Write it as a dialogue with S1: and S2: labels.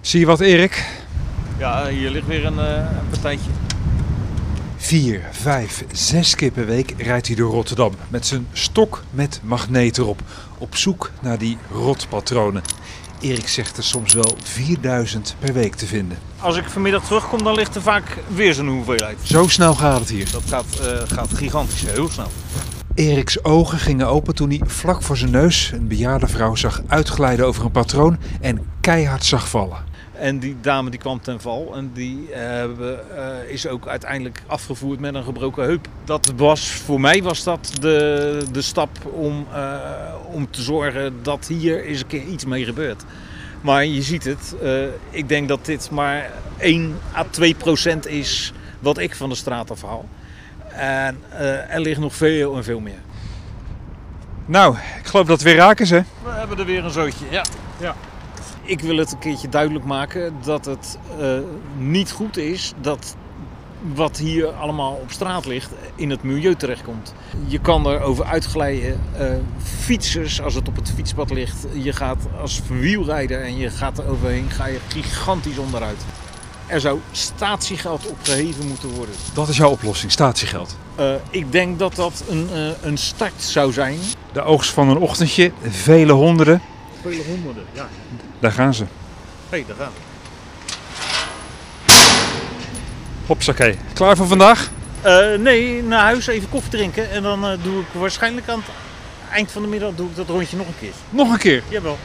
S1: Zie je wat, Erik?
S2: Ja, hier ligt weer een, eh, een partijtje.
S1: Vier, vijf, zes keer per week rijdt hij door Rotterdam met zijn stok met magneet erop. Op zoek naar die rotpatronen. Erik zegt er soms wel 4000 per week te vinden.
S2: Als ik vanmiddag terugkom, dan ligt er vaak weer zo'n hoeveelheid.
S1: Zo snel gaat het hier.
S2: Dat gaat, eh, gaat gigantisch, heel snel.
S1: Eriks ogen gingen open toen hij vlak voor zijn neus een bejaarde vrouw zag uitglijden over een patroon en keihard zag vallen.
S2: En die dame die kwam ten val en die eh, hebben, eh, is ook uiteindelijk afgevoerd met een gebroken heup. Dat was, voor mij was dat de, de stap om, eh, om te zorgen dat hier eens een keer iets mee gebeurt. Maar je ziet het, eh, ik denk dat dit maar 1 à 2 procent is wat ik van de straat afhaal. En eh, er ligt nog veel en veel meer.
S1: Nou, ik geloof dat het weer raak is, hè?
S2: We hebben er weer een zootje, ja. ja. Ik wil het een keertje duidelijk maken dat het eh, niet goed is dat wat hier allemaal op straat ligt in het milieu terechtkomt. Je kan erover uitglijden. eh, fietsers, als het op het fietspad ligt, je gaat als wielrijder en je gaat er overheen, ga je gigantisch onderuit. Er zou statiegeld opgeheven moeten worden.
S1: Dat is jouw oplossing, statiegeld.
S2: Eh, ik denk dat dat een, eh, een start zou zijn.
S1: De oogst van een ochtendje, vele honderden,
S2: Vele honderden, ja.
S1: daar gaan ze.
S2: hey, daar gaan we.
S1: Hopsakee. Klaar voor vandaag?
S2: Eh, nee, naar huis even koffie drinken. En dan eh, doe ik waarschijnlijk aan het eind van de middag doe ik dat rondje nog een keer.
S1: Nog een keer.
S2: Jawel.